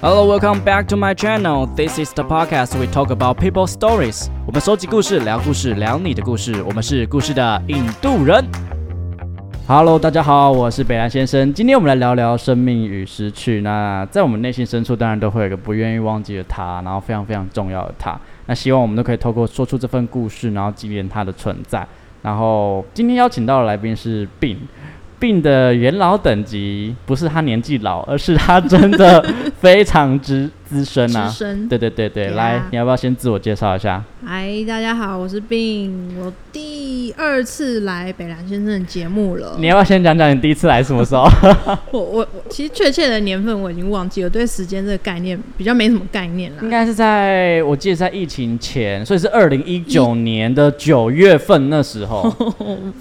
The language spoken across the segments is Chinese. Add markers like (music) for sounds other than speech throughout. Hello, welcome back to my channel. This is the podcast we talk about people stories. 我们收集故事，聊故事，聊你的故事。我们是故事的印度人。Hello，大家好，我是北兰先生。今天我们来聊聊生命与失去。那在我们内心深处，当然都会有一个不愿意忘记的他，然后非常非常重要的他。那希望我们都可以透过说出这份故事，然后纪念他的存在。然后今天邀请到的来宾是病。病的元老等级不是他年纪老，而是他真的非常之资深啊资！深。对对对对， Yeah 来，你要不要先自我介绍一下？嗨，大家好，我是病，我第二次来北兰先生的节目了。你要不要先讲讲你第一次来什么时候？我我我，其实确切的年份我已经忘记了，对时间这个概念比较没什么概念应啦。该是在我记得在疫情前，所以是二零一九年的九月份那时 (laughs) 候，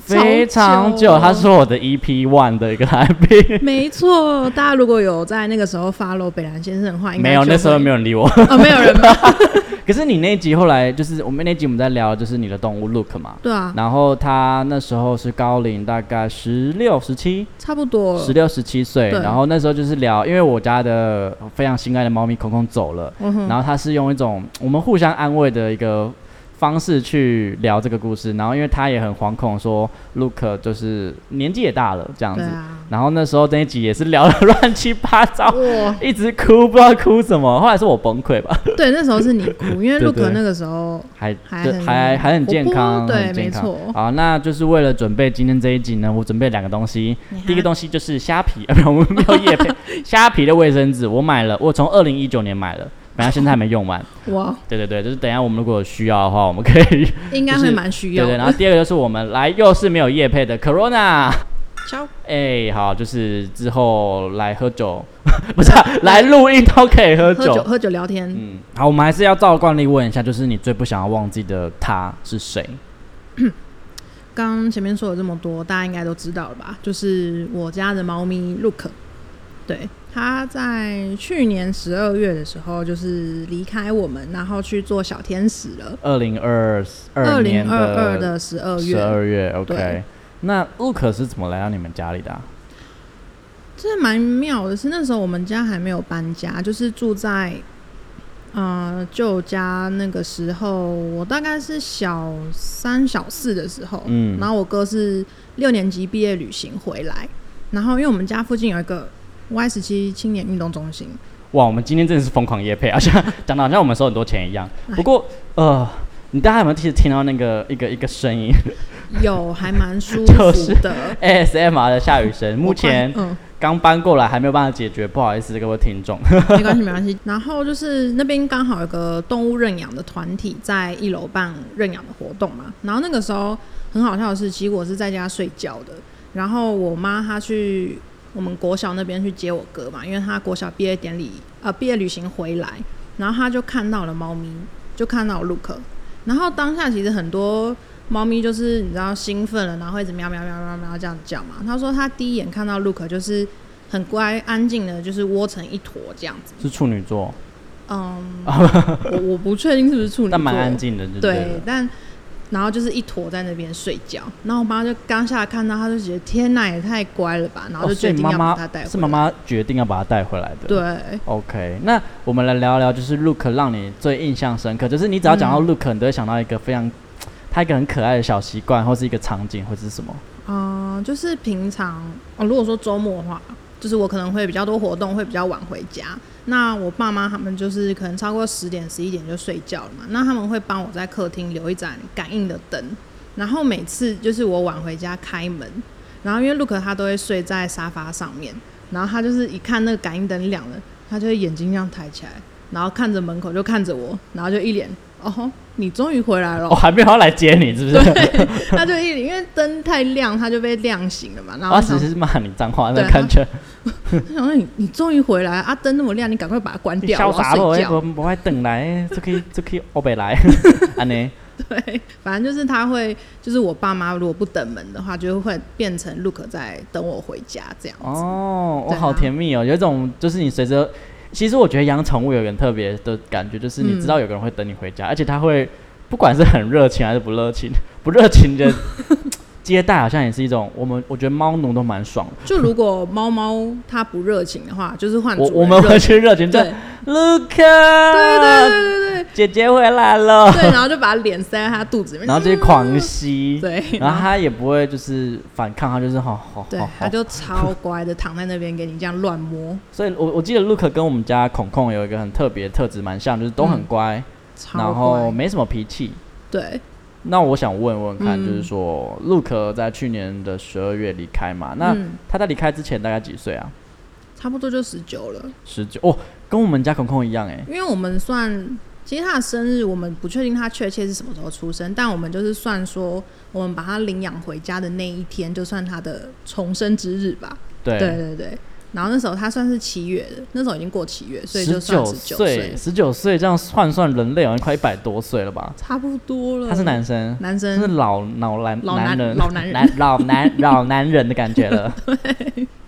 非常久。超他是我的 EP One 的一个来宾，没错，大家如果有在那个时候 follow 北兰先生的 (laughs) 话，应该没有，那时候没有，有人理我。 (laughs) 哦，没有人吧？可是你那一集后来就是我们那集我们在聊就是你的动物 Look 嘛，对啊，然后他那时候是高龄，大概十六、十七、差不多十六、十七岁。嗯对然后那时候就是聊，因为我家的非常心爱的猫咪孔孔走了，嗯然后他是用一种我们互相安慰的一个方式去聊这个故事。然后因为他也很惶恐说，Look 就是年纪也大了这样对子。啊，然后那时候那一集也是聊的乱七八糟。哇，一直哭，不知道哭什么。后来是我崩溃吧，哦对，那时候是你哭，因为对陆对可那个时候还还对很还还很健康，活泼对很健康没错好，那就是为了准备今天这一集呢，我准备两个东西。你还第一个东西就是虾皮， (laughs) 呃，不是，我们没有叶配，虾皮的卫生纸我买了，我从二零一九年买了，本来现在还没用完。哇，对对对，就是等一下我们如果有需要的话，我们可以。应该就是会蛮需对要对，然的。后第二个就是我们来又是没有叶配的 Corona，敲哎、好，就是之后来喝酒， (laughs) 不是啊、来录音都可以喝喝酒酒。喝酒聊天，嗯，好，我们还是要照惯例问一下，就是你最不想要忘记的他是谁？刚刚前面说了这么多，大家应该都知道了吧？就是我家的猫咪 Look，对，它在去年十二月的时候就是离开我们，然后去做小天使了。二零二二二年零二二的的十二十月，二月，OK 对。那 Look 是怎么来到你们家里的啊、这蛮妙的是，那时候我们家还没有搬家，就是住在呃舅家那个时候，我大概是小三小四的时候，嗯然后我哥是六年级毕业旅行回来，然后因为我们家附近有一个 Y 十七青年运动中心，哇，我们今天真的是疯狂夜配，而且讲的好像我们收很多钱一样。不 (laughs) 过，哎呃，你大家有没有听听到那个一个一个声音有还蛮舒服的。 (laughs) 就是？ASMR 的下雨声，目我看前嗯，刚搬过来，还没有办法解决，不好意思各位听众。 (laughs) 没关系，没关系。然后就是那边刚好有个动物认养的团体在一楼办认养的活动嘛。然后那个时候很好笑的是，其实我是在家睡觉的。然后我妈她去我们国小那边去接我哥嘛，因为她国小毕业典礼呃毕业旅行回来，然后她就看到了猫咪，就看到 Look。然后当下其实很多猫咪就是你知道兴奋了，然后一直喵喵喵喵喵这样叫嘛。她说她第一眼看到 Look 就是很乖安静的，就是窝成一坨这样子。是处女座， (laughs) 嗯，我我不确定是不是处女座，但蛮安静的，对不对对，？但然后就是一坨在那边睡觉，然后我妈就刚下来看到，她就觉得天哪，也太乖了吧，然后哦就所决以定妈要把它妈带回来。是妈妈决定要把它带回来的。对， OK，那我们来聊聊，就是 Look 让你最印象深刻，就是你只要讲到嗯 Look，、你都会想到一个非常，他一个很可爱的小习惯，或是一个场景，或是什么。嗯、就是平常哦，如果说周末的话，就是我可能会比较多活动，会比较晚回家。那我爸妈他们就是可能超过十点、十一点就睡觉了嘛，那他们会帮我在客厅留一盏感应的灯，然后每次就是我晚回家开门，然后因为 Look 他都会睡在沙发上面，然后他就是一看那个感应灯亮了，他就会眼睛这样抬起来，然后看着门口就看着我，然后就一脸哦吼，你终于回来了哦，，还没有要来接你，是不是？ (laughs) 他就一脸因为灯太亮，他就被亮醒了嘛，然后 (laughs) 他他啊只想是骂你脏话那对感觉，他想说你你终于回来啊，灯那么亮， (laughs) 你赶快把它关掉，潇我洒要咯，睡哎觉我。不爱等来，这可以这可以欧北 (laughs) 来， (laughs) 安尼。对，反正就是他会，就是我爸妈如果不等门的话，就会变成 Look 在等我回家这样子。哦，我对啊好甜蜜哦，有一种就是你随着，其实我觉得养宠物有一个很特别的感觉，就是你知嗯道有个人会 (laughs) 等你回家，而且他会不管是很热情还是不热情，不热情的。接待好像也是一种，我们我觉得猫奴都蛮爽的。就如果猫猫它不热情的话，就是换主我人我们热会去热情对站，Luca，对对对对对姐姐回来了，对，然后就把脸塞在它肚子里面，然后这些狂吸，对，然然后后他也不会就是反抗，他就是好好对好，它好。就超乖的躺在那边给你这样乱摸，所以我我记得 Luke 跟我们家孔孔有一个很特别的特质，蛮像，就是都嗯很乖，超然后乖，没什么脾气。对，那我想问问看，嗯就是说 Luke 在去年的十二月离开嘛？那嗯，他在离开之前大概几岁啊？差不多就十九了，十九哦，跟我们家孔孔一样哎、因为我们算。其实他的生日，我们不确定他确切是什么时候出生，但我们就是算说，我们把他领养回家的那一天，就算他的重生之日吧。对，对对对。然后那时候他算是七月的，那时候已经过七月，所以就十算九十九岁岁，，十九岁这样算算，人类好像啊快一百多岁了吧？差不多了。他是男生，男真是生，老老男老男人老男人 (laughs) 老 (laughs) 男老男人的感觉了。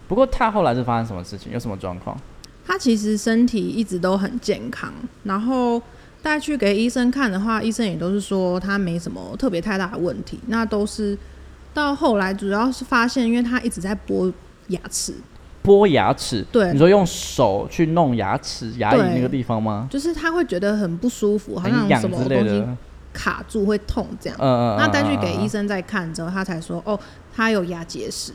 不过他后来是发生什么事情？有什么状况？他其实身体一直都很健康，然后带去给医生看的话，医生也都是说他没什么特别太大的问题，那都是到后来主要是发现，因为他一直在剥牙齿，剥牙齿？对你说用手去弄牙齿、牙龈对那个地方吗？就是他会觉得很不舒服，好像很有痒什么之类东的。西嗯卡住会痛这样。嗯。那带嗯去嗯给嗯医生再看之后，他才说哦，他有牙结石，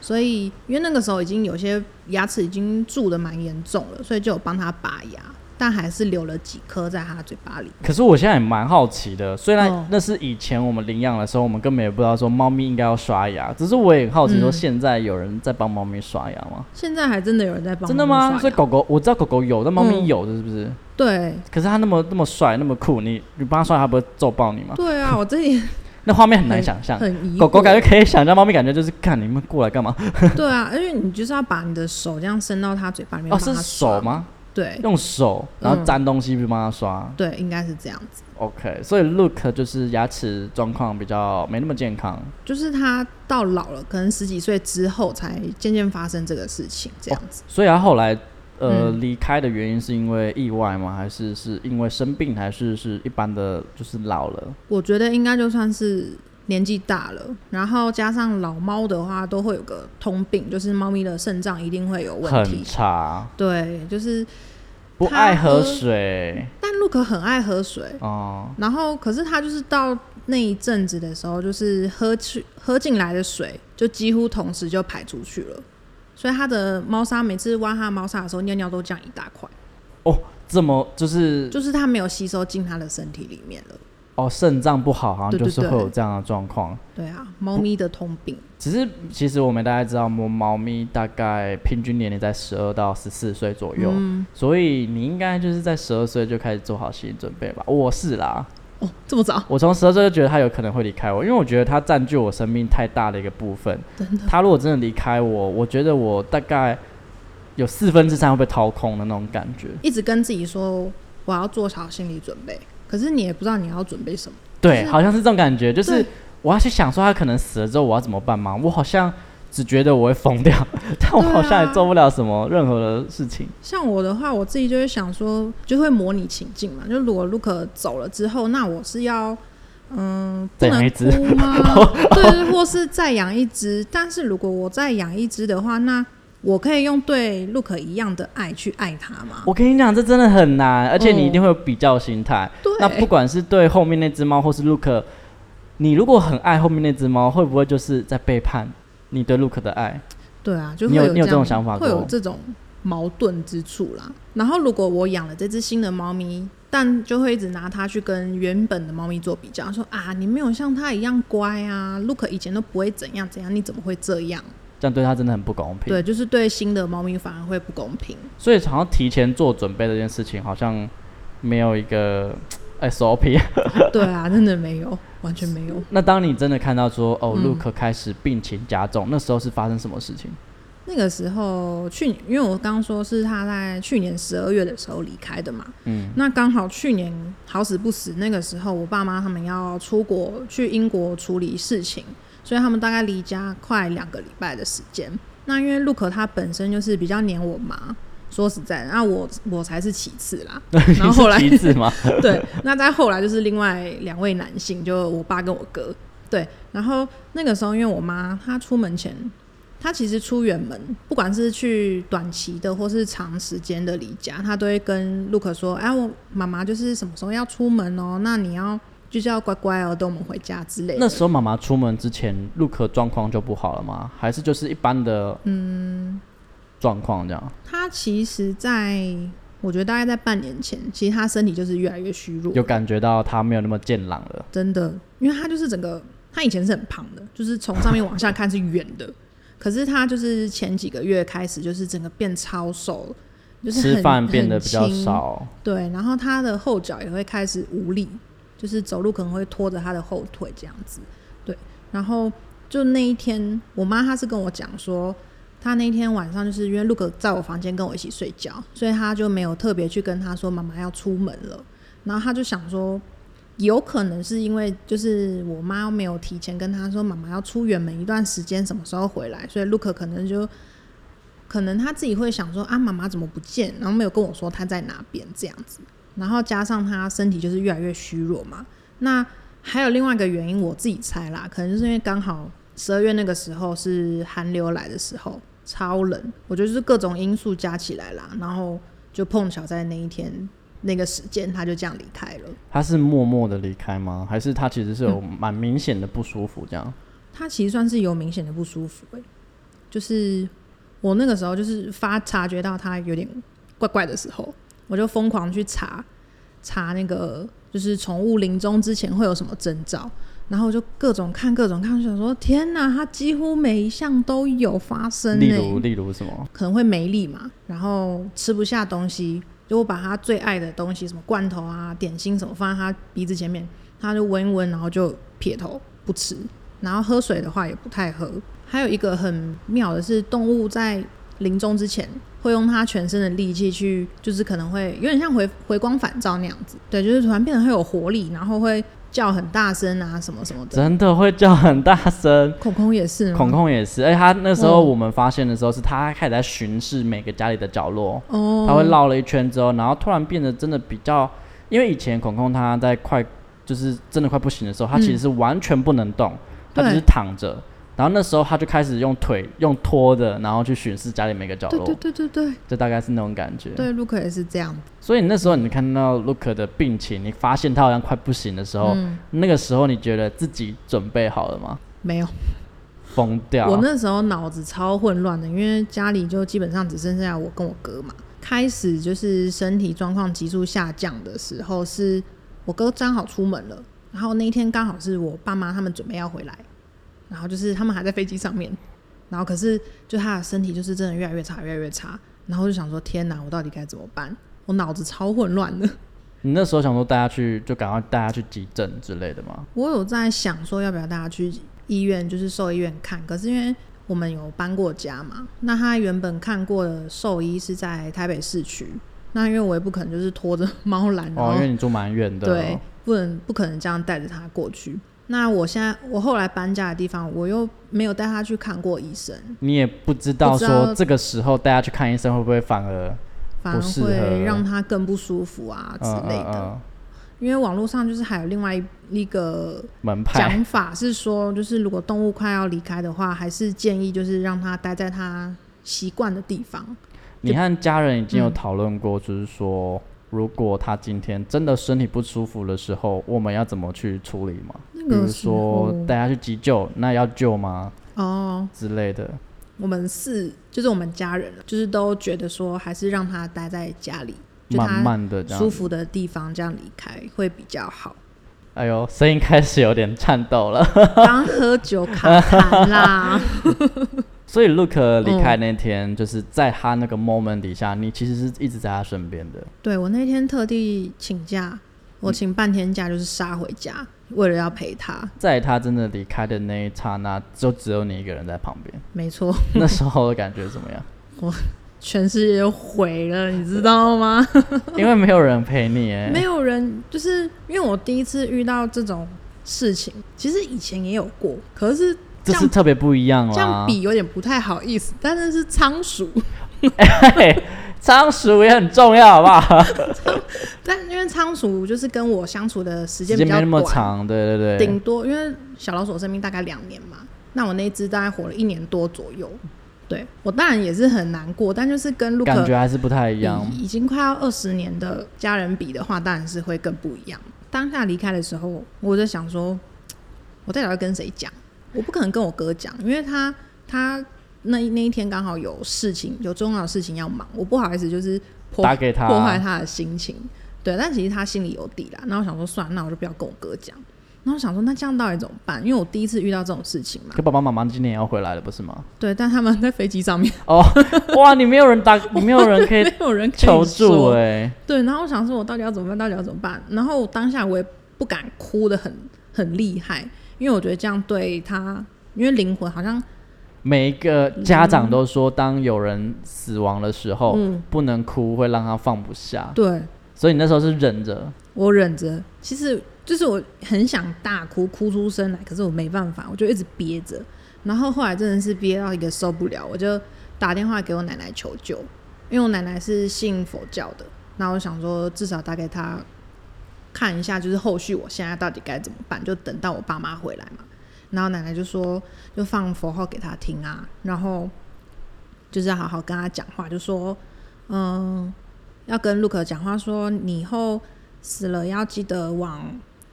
所以因为那个时候已经有些牙齿已经蛀的蛮严重了，所以就有帮他拔牙，但还是留了几颗在他嘴巴里。可是我现在也蛮好奇的，虽哦然那是以前我们领养的时候，我们根本也不知道说猫咪应该要刷牙，只是我也很好奇说嗯现在有人在帮猫咪刷牙吗？现在还真的有人在帮真的猫咪刷吗？牙所以狗狗我知道狗狗有，但猫嗯咪有的是不是？对可是它那么那么帅那么酷，你你帮它刷牙，它不会揍爆你吗？对啊，我这里那画面很 (laughs) 难想象。很疑惑狗狗感觉可以想象，猫咪感觉就是看你们过来干嘛？对啊，因为你就是要把你的手这样伸到他嘴巴里面哦，帮他是刷，手吗？对用手，然后嗯沾东西去帮它刷。对，应该是这样子。 OK，所以 Look 就是牙齿状况比较没那么健康。就是他到老了，可能十几岁之后才渐渐发生这个事情，这样子。所以他后来呃嗯离、开的原因是因为意外吗？还是是因为生病？还是是一般的就是老了？我觉得应该就算是年纪大了，然后加上老猫的话，都会有个通病，就是猫咪的肾脏一定会有问很题。差，对，就是，不它爱喝喝水但陆可很爱喝水，哦、然后可是他就是到那一阵子的时候，就是喝去喝进来的水就几乎同时就排出去了，所以他的猫砂每次挖他的猫砂的时候，尿尿都这样一大块，这么就是就是他没有吸收进他的身体里面了。哦，肾脏不好，好像对对就是对会有这样的状况。对啊，猫咪的通病。只是其实我们大概知道，猫猫咪大概平均年龄在十二到十四岁左右，嗯，所以你应该就是在十二岁就开始做好心理准备吧。我是啦，哦，这么早，我从十二岁就觉得他有可能会离开我，因为我觉得他占据我生命太大的一个部分。真的。他如果真的离开我，我觉得我大概有四分之三会被掏空的那种感觉。一直跟自己说我要做好心理准备，可是你也不知道你要准备什么。对，是好像是这种感觉，就是对我要去想说他可能死了之后我要怎么办吗？我好像只觉得我会疯掉， (laughs) 但我对啊好像也做不了什么任何的事情。像我的话，我自己就会想说，就会模拟情境嘛。就如果 Luke 走了之后，那我是要嗯不再养能一只哭吗？ (laughs) 对，或是再养一只。但是如果我再养一只的话，那我可以用对 Luke 一样的爱去爱它吗？我跟你讲，这真的很难，而且你一定会有比较心态。对，那不管是对后面那只猫，或是 Look，你如果很爱后面那只猫，会不会就是在背叛你对 Look 的爱？对啊，就你会有你有这这种样想法会过有这种矛盾之处啦。然后如果我养了这只新的猫咪，但就会一直拿它去跟原本的猫咪做比较，说啊，你没有像它一样乖啊，Look 以前都不会怎样怎样，你怎么会这样？这样对它真的很不公平。 (laughs) 对，就是对新的猫咪反而会不公平。所以好像提前做准备这件事情，好像没有一个 SOP。对啊，真的没有，完全没有。 (laughs) 那当你真的看到说哦嗯，Look 开始病情加重，那时候是发生什么事情？那个时候去年，因为我刚刚说是它在去年十二月的时候离开的嘛，嗯，那刚好去年好死不死，那个时候我爸妈他们要出国去英国处理事情，所以他们大概离家快两个礼拜的时间。那因为陆可他本身就是比较黏我妈，说实在的，那我我才是其次啦。 (laughs) 然后后来 (laughs) 你是旗帜吗？对，那再后来就是另外两位男性，就我爸跟我哥，对，然后那个时候因为我妈她出门前，她其实出远门，不管是去短期的或是长时间的离家，她都会跟陆可说：“哎，我妈妈就是什么时候要出门哦，那你要就是要乖乖哦，等我们回家之类的。”那时候妈妈出门之前，陆可状况就不好了吗？还是就是一般的嗯状况这样？他其实在，我觉得大概在半年前，其实他身体就是越来越虚弱，有感觉到她没有那么健朗了，真的，因为他就是整个，他以前是很胖的，就是从上面往下看是圆的，可是他就是前几个月开始就是整个变超瘦了，就是很吃饭变得比较，很轻少，对，然后他的后脚也会开始无力，就是走路可能会拖着他的后腿这样子，对，然后就那一天，我妈她是跟我讲说，她那天晚上就是因为 Look 在我房间跟我一起睡觉，所以她就没有特别去跟她说妈妈要出门了，然后她就想说。有可能是因为就是我妈没有提前跟她说妈妈要出远门一段时间，什么时候回来，所以 Look 可能就可能他自己会想说啊，妈妈怎么不见？然后没有跟我说她在哪边这样子。然后加上他身体就是越来越虚弱嘛。那还有另外一个原因，我自己猜啦，可能就是因为刚好十二月那个时候是寒流来的时候，超冷。我觉得就是各种因素加起来啦，然后就碰巧在那一天那个时间，他就这样离开了。她是默默的离开吗？还是她其实是有嗯蛮明显的不舒服这样？他其实算是有明显的不舒服、欸，就是我那个时候就是发察觉到他有点怪怪的时候，我就疯狂去查查那个就是宠物临终之前会有什么征兆，然后我就各种看各种看，我想说天哪，他几乎每一项都有发生、欸，例如例如什么？可能会没力嘛，然后吃不下东西，就我把他最爱的东西，什么罐头啊、点心什么放在他鼻子前面，他就闻一闻，然后就撇头不吃，然后喝水的话也不太喝。还有一个很妙的是，动物在临终之前会用它全身的力气去，就是可能会有点像回回光返照那样子，对，就是突然变得很有活力，然后会叫很大声啊什么什么的。真的会叫很大声。孔孔也是吗？孔孔也是，而且哎他那时候哦我们发现的时候，是他开始在巡视每个家里的角落，哦，他会绕了一圈之后，然后突然变得真的比较，因为以前孔孔他在快就是真的快不行的时候，他嗯其实是完全不能动，他只对是躺着，然后那时候他就开始用腿用拖的，然后去巡视家里每个角对对落，对对对哦就大概是那种感觉。对，陆克也是这样子。所以你那时候你看到 Look 的病情，你发现他好像快不行的时候，嗯，那个时候你觉得自己准备好了吗？没有。疯掉！啊我那时候脑子超混乱的，因为家里就基本上只剩下我跟我哥嘛。开始就是身体状况急速下降的时候，是我哥刚好出门了，然后那一天刚好是我爸妈他们准备要回来，然后就是他们还在飞机上面，然后可是就他的身体就是真的越来越差，越来越差，然后我就想说天哪，我到底该怎么办？我脑子超混乱的。你那时候想说大家去，就赶快带他去急诊之类的吗？我有在想说要不要带他去医院，就是兽医院看。可是因为我们有搬过家嘛，那他原本看过的兽医是在台北市区，那因为我也不可能就是拖着猫嗯篮，然哦，后因为你住蛮远的。对，，不能不可能这样带着他过去。那我现在我后来搬家的地方，我又没有带他去看过医生，你也不知道不知说道这个时候带他去看医生会不会反而反不而适合会让他更不舒服啊之类的。嗯嗯嗯因为网络上就是还有另外一一个门派讲法是说，就是如果动物快要离开的话，还是建议就是让它待在它习惯的地方。你和家人已经有嗯讨论过，就是说。如果他今天真的身体不舒服的时候，我们要怎么去处理吗？那比如个时说候带他去急救，那要救吗哦，之类的？我们四就是我们家人，就是都觉得说还是让它待在家里，就它慢慢的这样舒。服的地方这样离开会比较好。 (laughs) 哎呦，声音开始有点颤抖了。 (laughs) 刚喝酒卡痰啦，所以 Look 离开那天，就是在他那个 moment 底下，你其实是一直在他身边的。对我那天特地请假，我请半天假就是杀回家，为了要陪他。在他真的离开的那一刹那，就只有你一个人在旁 (laughs) 边。没错，那时候的感觉怎么样？全世界都毁了，你知道吗？因为没有人陪你哎、没有人，就是因为我第一次遇到这种事情，其实以前也有过，可是这这是样特别不一样这样啦。比有点不太好意思，但是是仓鼠， (laughs) 嘿仓鼠也很重要，好不好？ (laughs) 但因为仓鼠就是跟我相处的时时间比间较没那短，么长，对对顶对。多因为小老鼠的生命大概两年嘛，那我那一只大概活了一年多左右。对我当然也是很难过，但就是跟陆感克觉还是不太一样，已经快要二十年的家人比的话，当然是会更不一样。当下离开的时候，我在想说，我到底要跟谁讲？我不可能跟我哥讲，因为他他那一那一天刚好有事情，有重要的事情要忙，我不好意思就是破打给他破坏他的心情。对，但其实他心里有底啦。然后我想说，算了，那我就不要跟我哥讲。然后我想说，那这样到底怎么办？因为我第一次遇到这种事情嘛可。爸爸妈妈今年也要回来了，不是吗？对，但他们在飞机上面，哦，哇，你没有 (laughs) 人打，你没有人可以没有人可以求助说哎、对，然后我想说，我到底要怎么办？到底要怎么办？然后当下我也不敢哭的很很厉害，因为我觉得这样对他，因为灵魂好像每一个家长都说，当有人死亡的时候，嗯不能哭，会让他放不下。对所以你那时候是忍 (laughs) 着，我忍着，其实就是我很想大哭，哭出声来，可是我没办法，我就一直憋着。然后后来真的是憋到一个受不了，我就打电话给我奶奶求救，因为我奶奶是信佛教的，那我想说至少打给她看一下，就是后续我现在到底该怎么办，就等到我爸妈回来嘛。然后奶奶就说，就放佛号给她听啊，然后就是要好好跟她讲话，就说，嗯，要跟陆可讲话说，你以后死了要记得往，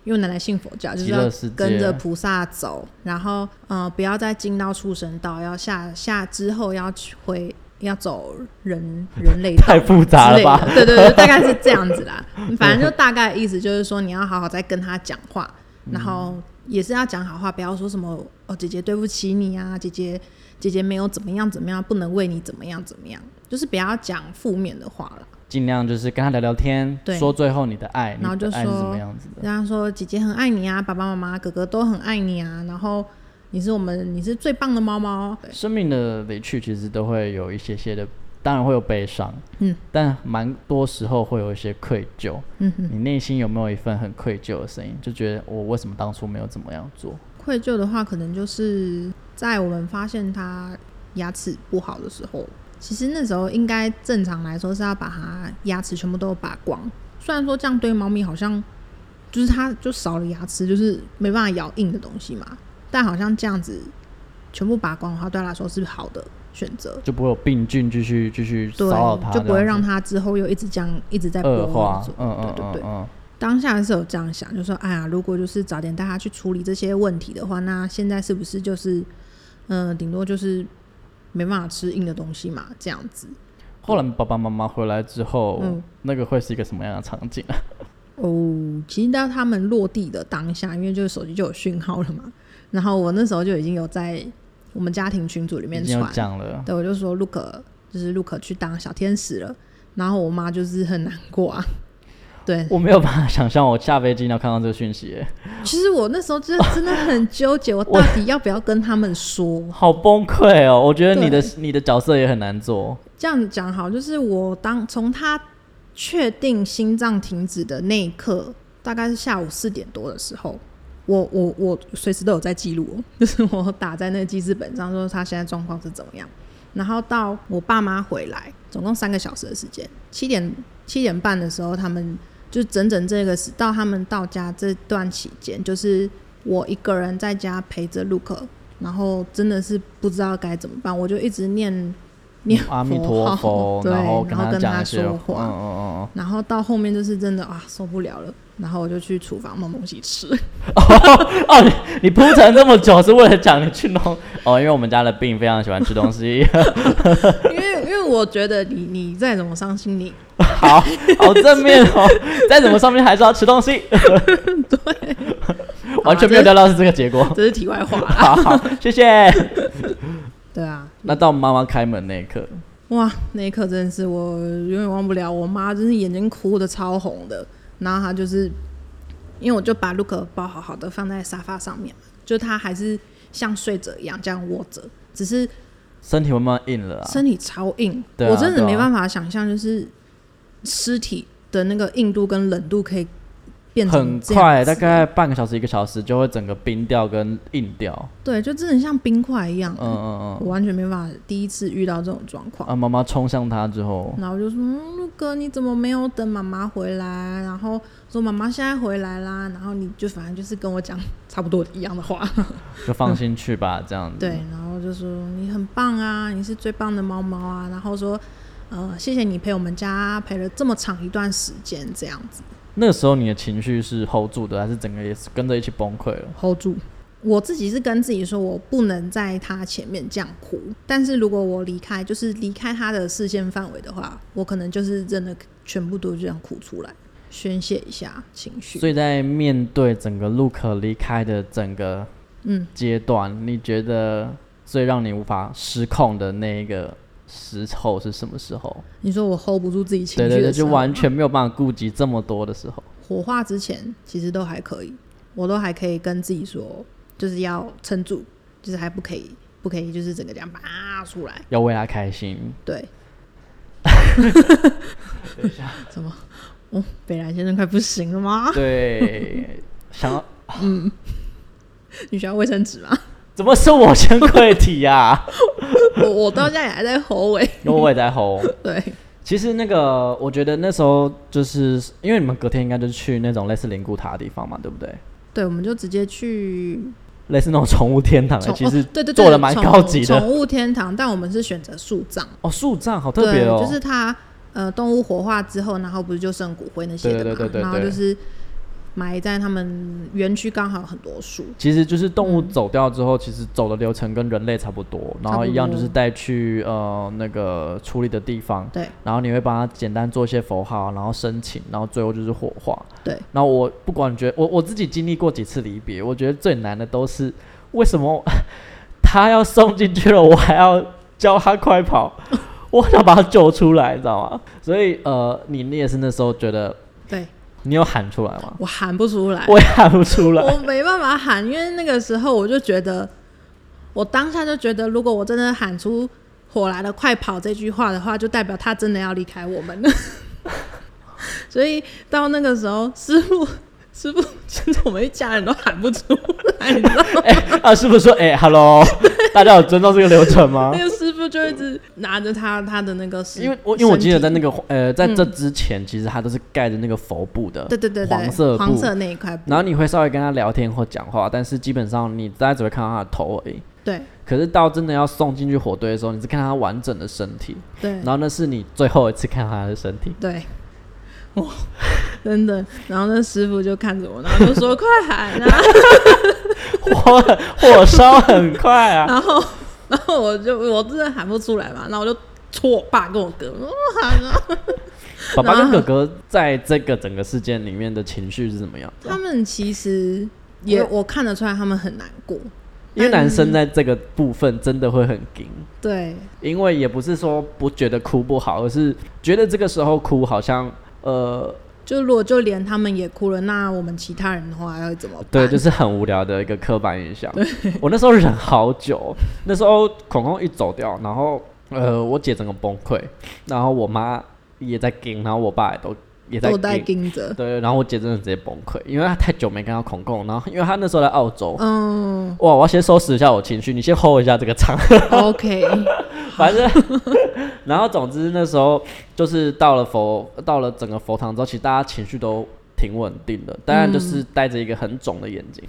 因为我奶奶信佛教，就是极乐要世界啊跟着菩萨走，然后呃，不要再进到畜生道，要下下之后要去回要走 (laughs) 人人类道太复杂了之类的吧？，对对对，大概是这样子啦。反正就大概的意思就是说，你要好好再跟他讲话，然嗯后也是要讲好话，不要说什么哦，姐姐对不起你啊，姐姐姐姐没有怎么样怎么样，不能为你怎么样怎么样，就是不要讲负面的话啦。尽量就是跟他聊聊天，对说最后你的爱，然后你的就爱是说怎么样子的？跟他说姐姐很爱你啊，爸爸妈妈、哥哥都很爱你啊，然后你是我们你是最棒的猫猫，哦对生命的离去其实都会有一些些的，当然会有悲伤，嗯，但蛮多时候会有一些愧疚。嗯哼。你内心有没有一份很愧疚的声音，就觉得我为什么当初没有怎么样做？愧疚的话，可能就是在我们发现他牙齿不好的时候，其实那时候应该正常来说是要把它牙齿全部都拔光。虽然说这样对猫咪好像就是它就少了牙齿，就是没办法咬硬的东西嘛，但好像这样子全部拔光的话，对它来说是好的选择。就不会有病菌继续继续对骚扰他，，就不会这样让子它之后又一直这样一直在剥恶化夺。嗯嗯对对嗯对。嗯，当下是有这样想，就说哎呀，如果就是早点带他去处理这些问题的话，那现在是不是就是，嗯、顶多就是没办法吃硬的东西嘛，这样子。后来爸爸妈妈回来之后，嗯那个会是一个什么样的场景啊？哦，其实到他们落地的当下，因为就是手机就有讯号了嘛，然后我那时候就已经有在我们家庭群组里已面经有传，讲了，对，我就说 Look，就是 Look 去当小天使了，然后我妈就是很难过啊， (laughs) 对，我没有办法想象我下飞机然后看到这个讯息 (laughs) 耶，其实我那时候真的真的很纠结，我到底要不要跟他们说？好崩溃哦！我觉得你的对你的角色也很难 (laughs) 做，这样讲好，就是我当从他确定心脏停止的那一刻，大概是下午四点多的时候，我我我随时都有在记录哦， (laughs) 就是我打在那个记事本上，说他现在状况是怎么样。然后到我爸妈回来，总共三个小时的时间，七点七点半的时候，他们就整整这个时到他们到家这段期间，就是我一个人在家陪着 l 克，然后真的是不知道该怎么办，我就一直念念阿弥陀佛佛号，， (laughs) 对，然然后后跟他跟讲他一些，嗯说嗯话，嗯嗯，然后到后面就是真的啊受不了了，然后我就去厨房弄东西吃。 (laughs) (laughs) 哦，你你铺陈这么久是为了讲你去弄哦，因为我们家的病非常喜欢吃东西， (laughs) 因为因为我觉得你你再怎么伤心，你好好正面哦，再怎么上面还是要吃东西， (laughs) 对，完全没有料到是这个结果。这是题外话 (laughs) 啦。好好，谢谢。对啊，那到妈妈开门那一刻，哇，那一刻真的是我永远忘不了，我妈真是眼睛哭的超红的，然后她就是因为我就把 l 克包好好的放在沙发上面嘛，就她还是像睡着一样这样窝着，只是身体慢慢硬了啊，身体超硬，对啊我真对的啊没办法想象，就是尸体的那个硬度跟冷度可以变很成这样快，子大概半个小时一个小时就会整个冰掉跟硬掉。对，就真的像冰块一样。嗯嗯嗯。我完全没办法第一次遇到这种状况。啊，妈妈冲向他之 (laughs) 后，然后我就说：“嗯，陆哥，你怎么没有等妈妈回来？”然后说：“妈妈现在回来啦。”然后你就反正就是跟我讲 (laughs) 差不多一样的话，就放心去吧，这样子。对。然后就说：“你很棒啊，你是最棒的猫猫啊。”然后说：“呃，谢谢你陪我们家陪了这么长一段时间，这样子那个时候你的情绪是 hold 住的，还是整个也是跟着一起崩溃了？ hold 住。”我自己是跟自己说，我不能在他前面这样哭。但是如果我离开，就是离开他的视线范围的话，我可能就是真的全部都这样哭出来，宣泄一下情绪。所以在面对整个 Look 离开的整个嗯，阶段，你觉得最让你无法失控的那一个时候是什么时候？你说我 hold 不住自己情对绪对对，的时就候，完全没有办法顾及这么多的时候。火化之前其实都还可以，我都还可以跟自己说，就是要撑住，就是还不可以，不可以就是整个这样拔出来。要为他开心， (laughs) 对，怎么？哦，北兰先生快不行了吗？对， (laughs) 想要你需要卫生纸吗？ (laughs) 怎么是我先跪体呀、我我到现在也还在吼尾。因啊为我也在吼。 (laughs) 对，其实那个，我觉得那时候就是因为你们隔天应该就是去那种类似灵骨塔的地方嘛，对不对？对，我们就直接去类似那种宠物天堂的，宠哎其实哦对对对做的蛮高级宠的宠物天堂，但我们是选择树葬。哦，树葬好特对，别哦，就是它呃动物活化之后，然后不是就剩骨灰那些的嘛，对对对对对然后就是埋在他们园区刚好有很多树，其实就是动物走掉之后，其实走的流程跟人类差不多，然后一样就是带去呃那个处理的地方，对然后你会帮它简单做一些符号，然后申请，然后最后就是火化。对，然后我不管觉得我我自己经历过几次离别，我觉得最难的都是为什么 (laughs) 他要送进去了，我还要教他快跑，我想把他救出来，你知道吗？所以呃，你你也是那时候觉得对你有喊出来 (laughs) 吗？我喊不出来，我也喊不出来，我没办法喊，因为那个时候我就觉得，我当下就觉得，如果我真的喊出“火来了，快跑”这句话的话，就代表他真的要离开我们了。 (laughs) 所以到那个时候，师傅。师傅，其实我们一家人都喊不出来，你知道吗？哎、啊，师傅说，哎、h e l l (laughs) o 大家有遵照这个流程吗那？个师傅就一直拿着他他的那个尸，因为我因为我记得在那个个呃，在这之前，其实他都是盖着那个佛布的，对对对对黄色布黄色那一块布，然后你会稍微跟他聊天或讲话，但是基本上你大家只会看到他的头而已。对可是到真的要送进去火堆的时候，你是看他完整的身体，对然后那是你最后一次看他的身体。 (laughs) 对， (laughs) 哇，真的。然后那师傅就看着我，然后就说 (laughs) 快喊啊，火火烧很快啊！然后然后我就我真的喊不出来嘛，然后我就戳我爸跟我哥，我说我喊啊。爸爸然跟后哥哥在这个整个事件里面的情绪是怎么样的 (laughs) 他？们其实也我看得出来，他们很难过。因为男生在这个部分真的会很硬。对因为也不是说不觉得哭不好，而是觉得这个时候哭好像呃，就如果就连他们也哭了，那我们其他人的话要怎么办？对，就是很无聊的一个刻板印象。我那时候忍好久，那时候孔孔一走掉，然后呃，我姐整个崩溃，然后我妈也在跟，然后我爸也都也在都在跟。盯着。对，然后我姐真的直接崩溃，因为她太久没看到孔孔，然后因为她那时候在澳洲，嗯哇，我要先收拾一下我情绪，你先 hold 一下这个场， (laughs) ，OK，反正， (laughs) 然后总之那时候就是到了佛，到了整个佛堂之后，其实大家情绪都挺稳定的，当然就是带着一个很肿的眼睛。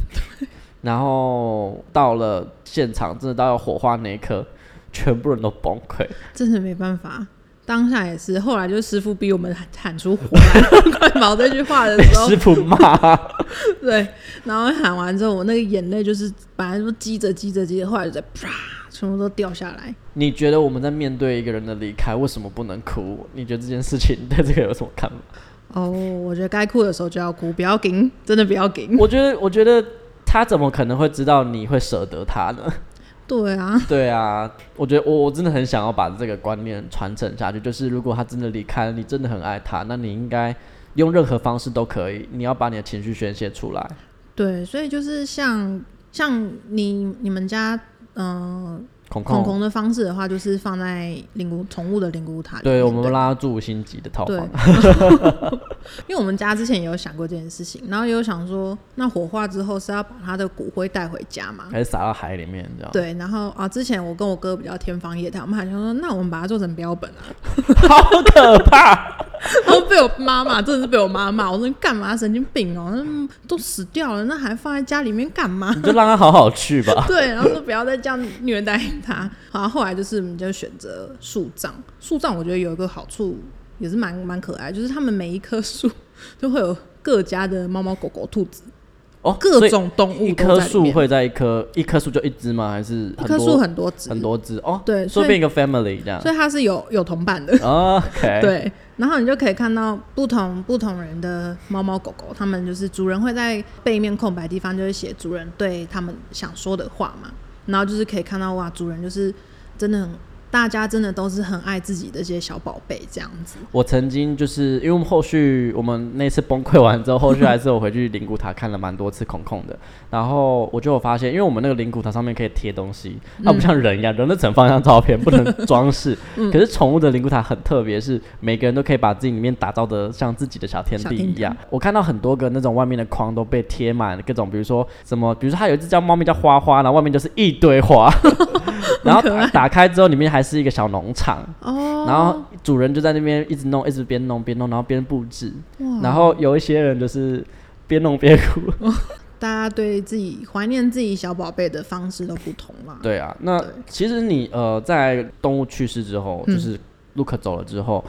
然后到了现场，真的到了火化那一刻，全部人都崩溃。真的没办法。当下也是，后来就是师傅逼我们喊喊出“火 (laughs) 来快跑”这句话的被时候师，傅骂， (laughs) 对，然后喊完之后，我那个眼泪就是本来就积着积着积着，后来就在啪，全部都掉下来。你觉得我们在面对一个人的离开，为什么不能哭？你觉得这件事情 (laughs) 对这个有什么看法？哦，我觉得该哭的时候就要哭，不要紧，真的不要紧。我觉得，我觉得他怎么可能会知道你会舍得他呢？对啊，对啊，我觉得我我真的很想要把这个观念传承下去，就是如果他真的离开了，你真的很爱他，那你应该用任何方式都可以，你要把你的情绪宣泄出来。对，所以就是像像你你们家嗯、呃孔孔孔，孔的方式的话，就是放在灵骨宠物的灵骨塔里面。对我们拉住星级的套啊对房，， (laughs) 因为我们家之前也有想过这件事情，然后也有想说，那火化之后是要把他的骨灰带回家嘛？还是撒到海里面这 (laughs) 样。对，然后啊，之前我跟我哥比较天方夜谭，我们还想说，那我们把它做成标本啊，好可怕！ (laughs) 然后被我妈骂，真的是被我妈骂，我说你干嘛神经病哦、那都死掉了，那还放在家里面干嘛？你就让他好好去 (laughs) 吧。对，然后说不要再这样虐待它。好，后来就是我们就选择树葬。树葬我觉得有一个好处，也是蛮蛮可爱，就是他们每一棵树都会有各家的猫猫狗狗、兔子，哦，各所以种动物一都棵在里树面。会在一棵一棵树就一只吗？还是一很棵多树很多只，很，多啊只哦，对说所以不定一个 family 这样。所以它是有有同伴的。 (laughs) OK，，对，然后你就可以看到不同不同人的猫猫狗狗，他们就是主人会在背面空白地方就会写主人对他们想说的话嘛，然后就是可以看到哇，主人就是真的很，大家真的都是很爱自己的这些小宝贝这样子。我曾经就是因为我们后续我们那次崩溃完之后，后续还是我回去灵骨塔看了蛮多次孔孔的，然后我就有发现，因为我们那个灵骨塔上面可以贴东西，它不像人一样，人的只能放一张照片，不能装饰。可是宠物的灵骨塔很特别，是每个人都可以把自己里面打造的像自己的小天小地天一地样。我看到很多个那种外面的框都被贴满各种，比如说什么，比如说它有一只叫猫咪叫花花，然后外面就是一堆花，然后打打开之后里面还是一个小农场。哦，然后主人就在那边一直弄，一直边弄边弄，然后边布置。然后有一些人就是边弄边哭。大家对自己怀念自己小宝贝的方式都不同嘛。 (laughs) 对啊，那对其实你呃，在动物去世之后，就嗯是 Luke 走了之后，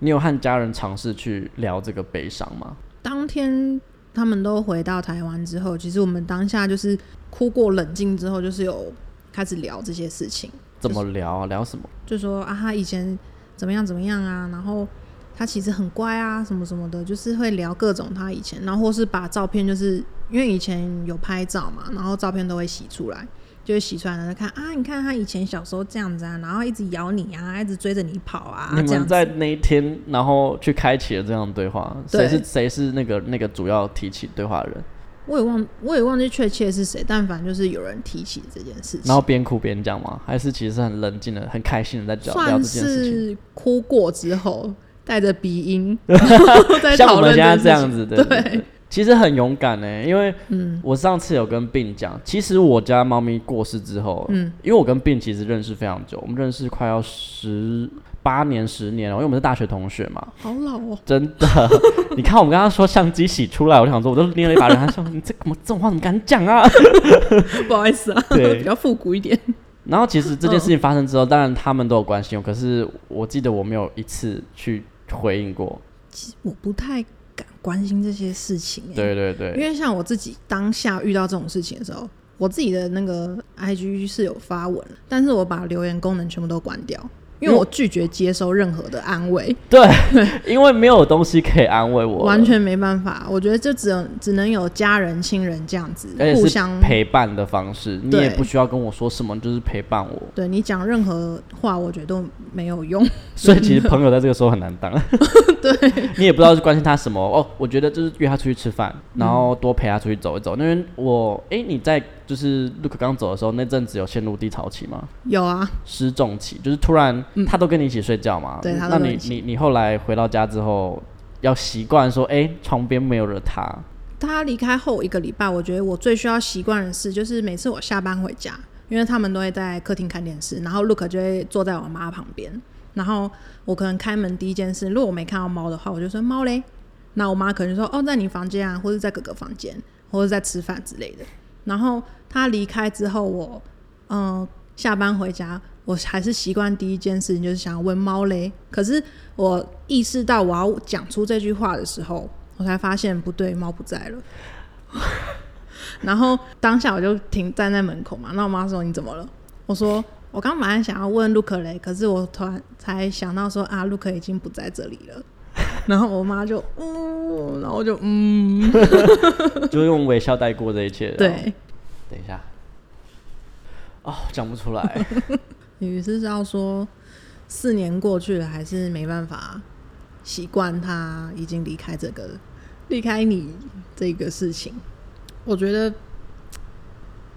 你有和家人尝试去聊这个悲伤吗？当天他们都回到台湾之后，其实我们当下就是哭过冷静之后，就是有开始聊这些事情。怎么聊啊？聊什么？就说啊，他以前怎么样怎么样啊，然后他其实很乖啊，什么什么的，就是会聊各种他以前，然后或是把照片，就是因为以前有拍照嘛，然后照片都会洗出来，就会洗出来，然后看啊，你看他以前小时候这样子啊，然后一直咬你啊，一直追着你跑啊，你这样们子在那一天，然后去开启了这样的对话，谁对是谁是那个那个主要提起对话的人？我也忘我也忘记确切是谁，但反正就是有人提起这件事情，然后边哭边讲吗？还是其实很冷静的、很开心的在聊聊算这件事情？是哭过之后。带着 (laughs) 鼻音，然后 (laughs) 在像讨我们论现在件这样子事情的，对，其实很勇敢呢、因为嗯我上次有跟病讲，其实我家猫咪过世之后，嗯，因为我跟病其实认识非常久，我们认识快要十八年、十年了，因为我们是大学同学嘛，好老哦，真 (laughs) 的。你看我们刚刚说相机洗出来，我就想说，我都捏了一把人，他说你这怎么这种话怎么敢讲 (laughs) 啊？不好意思啊，对 (laughs) 比较复古一点。然后其实这件事情发生之后，当然他们都有关心我，可是我记得我没有一次去回应过。嗯我不太敢关心这些事情、欸，，对对对因，为像我自己当下遇到这种事情的时候，我自己的那个 IG 是有发文，但是我把留言功能全部都关掉，因为我拒绝接收任何的安慰，对，因为没有东西可以安慰我了，完全没办法。我觉得就只有只能有家人、亲人这样子而且互是相。陪伴的方式，你嗯对也不需要跟我说什么，就是陪伴我。 (laughs) 对你讲任何话，我觉得都没有用。 (laughs) 所以其实朋友在这个时候很难当，对 (laughs) 你也不知道是关心他什么哦。我觉得就是约他出去吃饭，嗯然后多陪他出去走一走。那边我诶，你在就是 Luke 刚走的时候，那阵子有陷入低潮期吗？有啊，失重期，就是突然他都跟你一起睡觉嘛。嗯对他那都跟我你一起你你后来回到家之后，要习惯说诶，床边没有了他， (laughs) 他离开后一个礼拜，我觉得我最需要习惯的事就是每次我下班回家，因为他们都会在客厅看电视，然后 Look 就会坐在我妈旁边，然后我可能开门第一件事，如果我没看到猫的话，我就说猫嘞，那我妈可能就说哦在你房间啊，或者在哥哥房间，或者在吃饭之类的。然后他离开之后，我嗯、呃下班回家，我还是习惯第一件事情就是想要问猫嘞。可是我意识到我要讲出这句话的时候，我才发现不对，猫不在了。 (laughs) 然后当下我就停站在门口嘛，那我妈说你怎么了？我说我刚本来想要问 Luke 嘞，可是我突然才想到说啊，Luke 已经不在这里了。然后我妈就嗯，然后我就嗯，就用微笑带过这一切。对，等一下，哦，讲不出来。你是要说四年过去了，还是没办法习惯他已经离开这个离开你这个事情？我觉得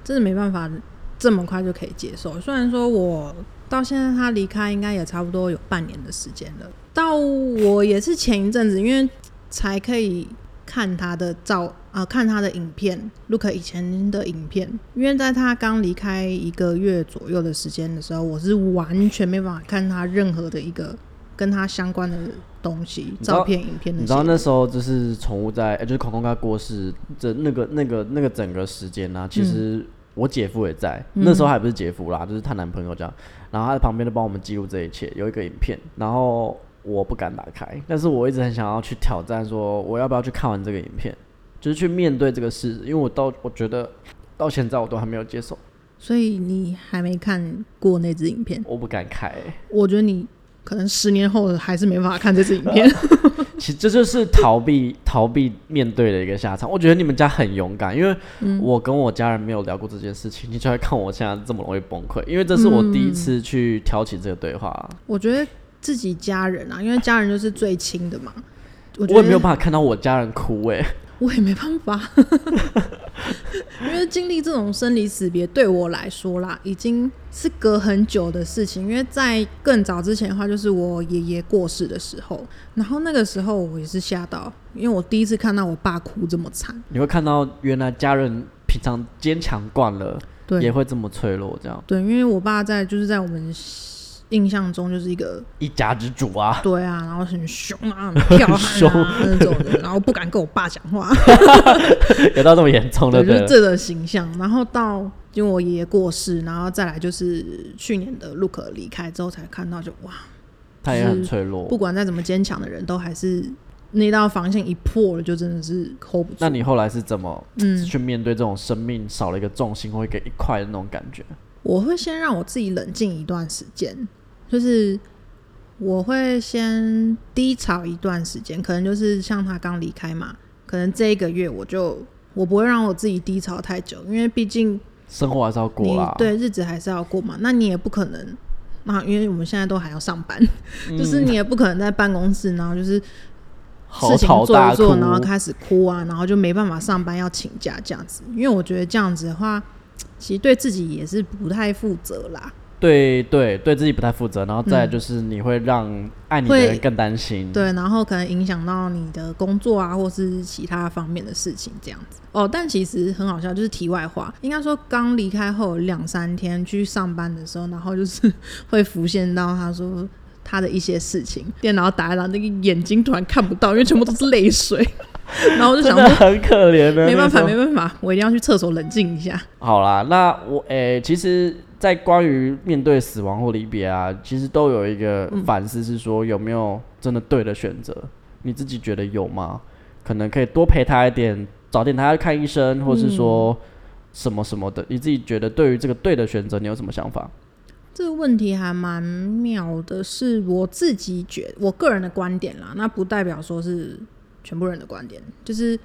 真的没办法这么快就可以接受。虽然说我到现在他离开应该也差不多有半年的时间了，到我也是前一阵子，因为才可以看他的照啊、看他的影片，Look 以前的影片，因为在他刚离开一个月左右的时间的时候，我是完全没办法看他任何的一个跟他相关的东西，知道照片、影片那些。你知道那时候就是宠物在，呃就是孔孔他过世，这那个那个那个整个时间呢、嗯其实我姐夫也在，那时候还不是姐夫啦，就是她男朋友这样，然后她在旁边都帮我们记录这一切，有一个影片，然后我不敢打开，但是我一直很想要去挑战，说我要不要去看完这个影片，就是去面对这个事，因为我到我觉得到现在我都还没有接受，所以你还没看过那支影片，我不敢开、我觉得你可能十年后还是没办法看这支影 (laughs) 片。其实这就是逃避逃避面对的一个下场。我觉得你们家很勇敢，因为嗯我跟我家人没有聊过这件事情，你就会看我现在这么容易崩溃，因为这是我第一次去挑起这个对话，我觉得自己家人啊，因为家人就是最亲的嘛。我我觉也得没有办法看到我家人哭哎、我也没办法， (laughs) 因为经历这种生离死别对我来说啦，已经是隔很久的事情。因为在更早之前的话，就是我爷爷过世的时候，然后那个时候我也是吓到，因为我第一次看到我爸哭这么惨。你会看到原来家人平常坚强惯了，对，也会这么脆弱，这样对，因为我爸在就是在我们印象中就是一个一家之主啊。 (laughs) 对啊，然后很凶啊，很彪凶悍啊那种的，然后不敢跟我爸讲话，有到这么严重的，对，就是哦对，这个形象。然后到因为我爷爷过世，然后再来就是去年的 Look 离开之后，才看到就哇，他也很是脆弱不。管再怎么坚强的人，都还是那道防线一破了，就真的是 hold 不住。那你后来是怎么嗯，去面对这种生命少了一个重心或一个一块的那种感觉？我会先让我自己冷静一段时间，就是我会先低潮一段时间，可能就是像他刚离开嘛，可能这一个月我就我不会让我自己低潮太久，因为毕竟生活还是要过你啦。对日子还是要过嘛，那你也不可能。那、因为我们现在都还要上班，嗯就是你也不可能在办公室，然后就是嚎事情啕做大一做，哭然后开始哭啊，然后就没办法上班，要请假这样子。因为我觉得这样子的话，其实对自己也是不太负责啦。对对对自己不太负责，然后再来就是你会让爱你的人嗯会更担心。，对，然后可能影响到你的工作啊，或是其他方面的事情这样子。哦，但其实很好笑，就是题外话，应该说刚离开后两三天去上班的时候，然后就是 (laughs) 会浮现到他说。他的一些事情，电脑打一打，那个眼睛突然看不到，因为全部都是泪水。 (laughs) 然后我就真想的说，很可怜的。没办法，那时没候办法，我一定要去厕所冷静一下。好啦，那我诶、其实，在关于面对死亡或离别啊，其实都有一个嗯反思，是说有没有真的对的选择？你自己觉得有吗？可能可以多陪他一点，早点他去看医生，或嗯是说什么什么的。你自己觉得对于这个对的选择，你有什么想法？这个问题还蛮妙的，是我自己觉我个人的观点啦，那不代表说是全部人的观点，就是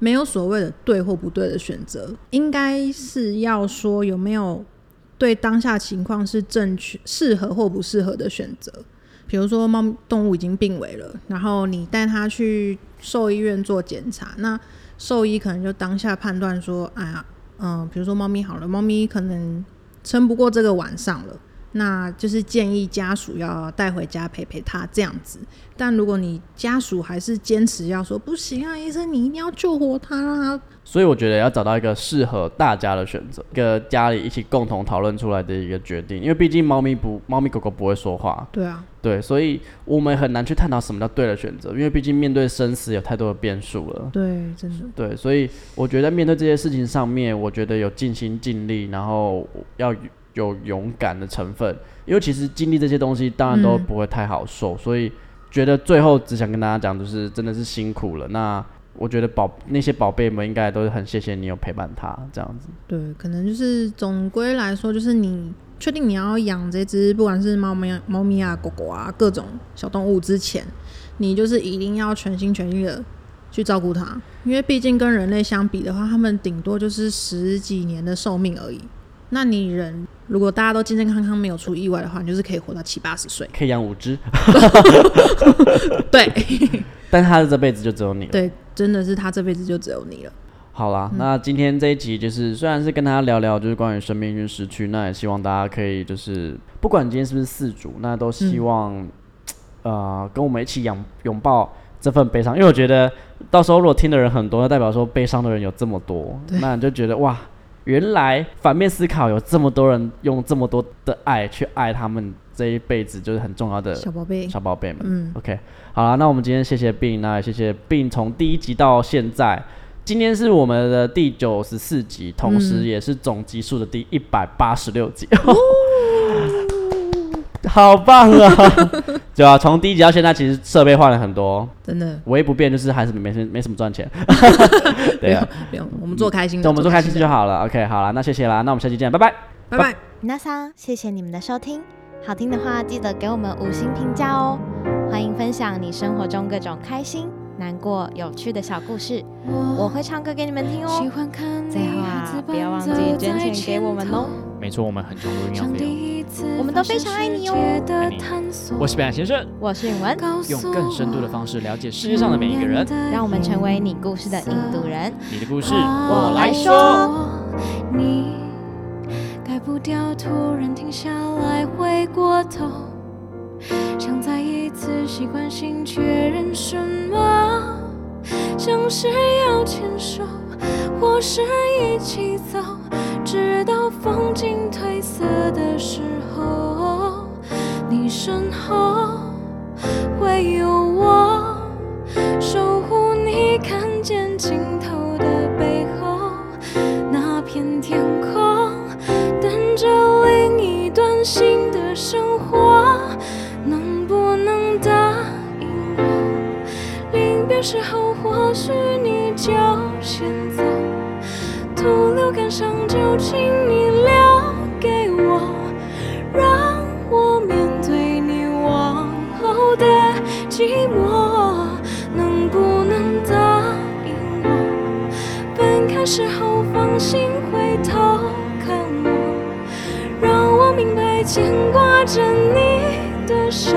没有所谓的对或不对的选择，应该是要说有没有对当下情况是正确、适合或不适合的选择。比如说，猫动物已经病危了，然后你带它去兽医院做检查，那兽医可能就当下判断说，哎呀，嗯、比如说猫咪好了，猫咪可能撑不过这个晚上了，那就是建议家属要带回家陪陪它这样子。但如果你家属还是坚持要说不行啊，医生你一定要救活啊它，让它所以我觉得要找到一个适合大家的选择，一个家里一起共同讨论出来的一个决定。因为毕竟猫咪不，猫咪狗狗不会说话，对啊，对，所以我们很难去探讨什么叫对的选择，因为毕竟面对生死有太多的变数了。对，真的，对，所以我觉得在面对这些事情上面，我觉得有尽心尽力，然后要有有勇敢的成分，因为其实经历这些东西当然都嗯不会太好受，所以觉得最后只想跟大家讲，就是真的是辛苦了。那我觉得宝那些宝贝们应该都是很谢谢你有陪伴他这样子。对，可能就是总归来说，就是你确定你要养这只，不管是猫咪、猫咪啊、狗狗啊各种小动物之前，你就是一定要全心全意的去照顾它，因为毕竟跟人类相比的话，它们顶多就是十几年的寿命而已。那你人如果大家都健健康康，没有出意外的话，你就是可以活到七八十岁。可以养五只，对 (laughs) 但他的这辈子就只有你了。对，真的是他这辈子就只有你了。好啦，那今天这一集就是虽然是跟大家聊聊就是关于生命跟失去，那也希望大家可以就是不管你今天是不是四主，那都希望、呃跟我们一起拥拥抱这份悲伤，因为我觉得到时候如果听的人很多，那代表说悲伤的人有这么多，那你就觉得哇。原来反面思考有这么多人用这么多的爱去爱他们这一辈子就是很重要的小宝贝，小宝贝们。嗯 OK，好了，那我们今天谢谢病，那也谢谢病从第一集到现在，今天是我们的第九十四集，同时也是总集数的第一百八十六集。好棒啊！对啊，从第一集到现在，其实设备换了很多，真的唯一不变就是还是没没没什么赚钱。不对啊用，不用，我们做开心的，那我们做开心就的，好了。OK，好了，那谢谢啦，那我们下期见，拜拜。拜拜。那桑，谢谢你们的收听，好听的话记得给我们五星评价哦。欢迎分享你生活中各种开心、难过、有趣的小故事，我我会唱歌给你们听喜 (laughs) 哦。欢看最后啊，不要忘记捐钱给我们哦。没错，我们很穷的营养像费第用。一次我们都非常爱你哦爱你我是北岸先生，我是允文，用更深度的方式了解世界上的每一个人。让我们成为你故事的印度人。你的故事我我来说。说。你改不掉，突然停下来，回过头，想再一次习惯性确认什么，像是要牵手，或是一起走，直到风景褪色的时候，你身后会有我。守护你看见尽头的背后，那片天空等着另一段新的生活。能不能答应我？临别时候，或许你就先走，徒留感伤就请你留给我，让我面对你往后的寂寞。能不能答应我，分开时候放心回头看我，让我明白牵挂着你的手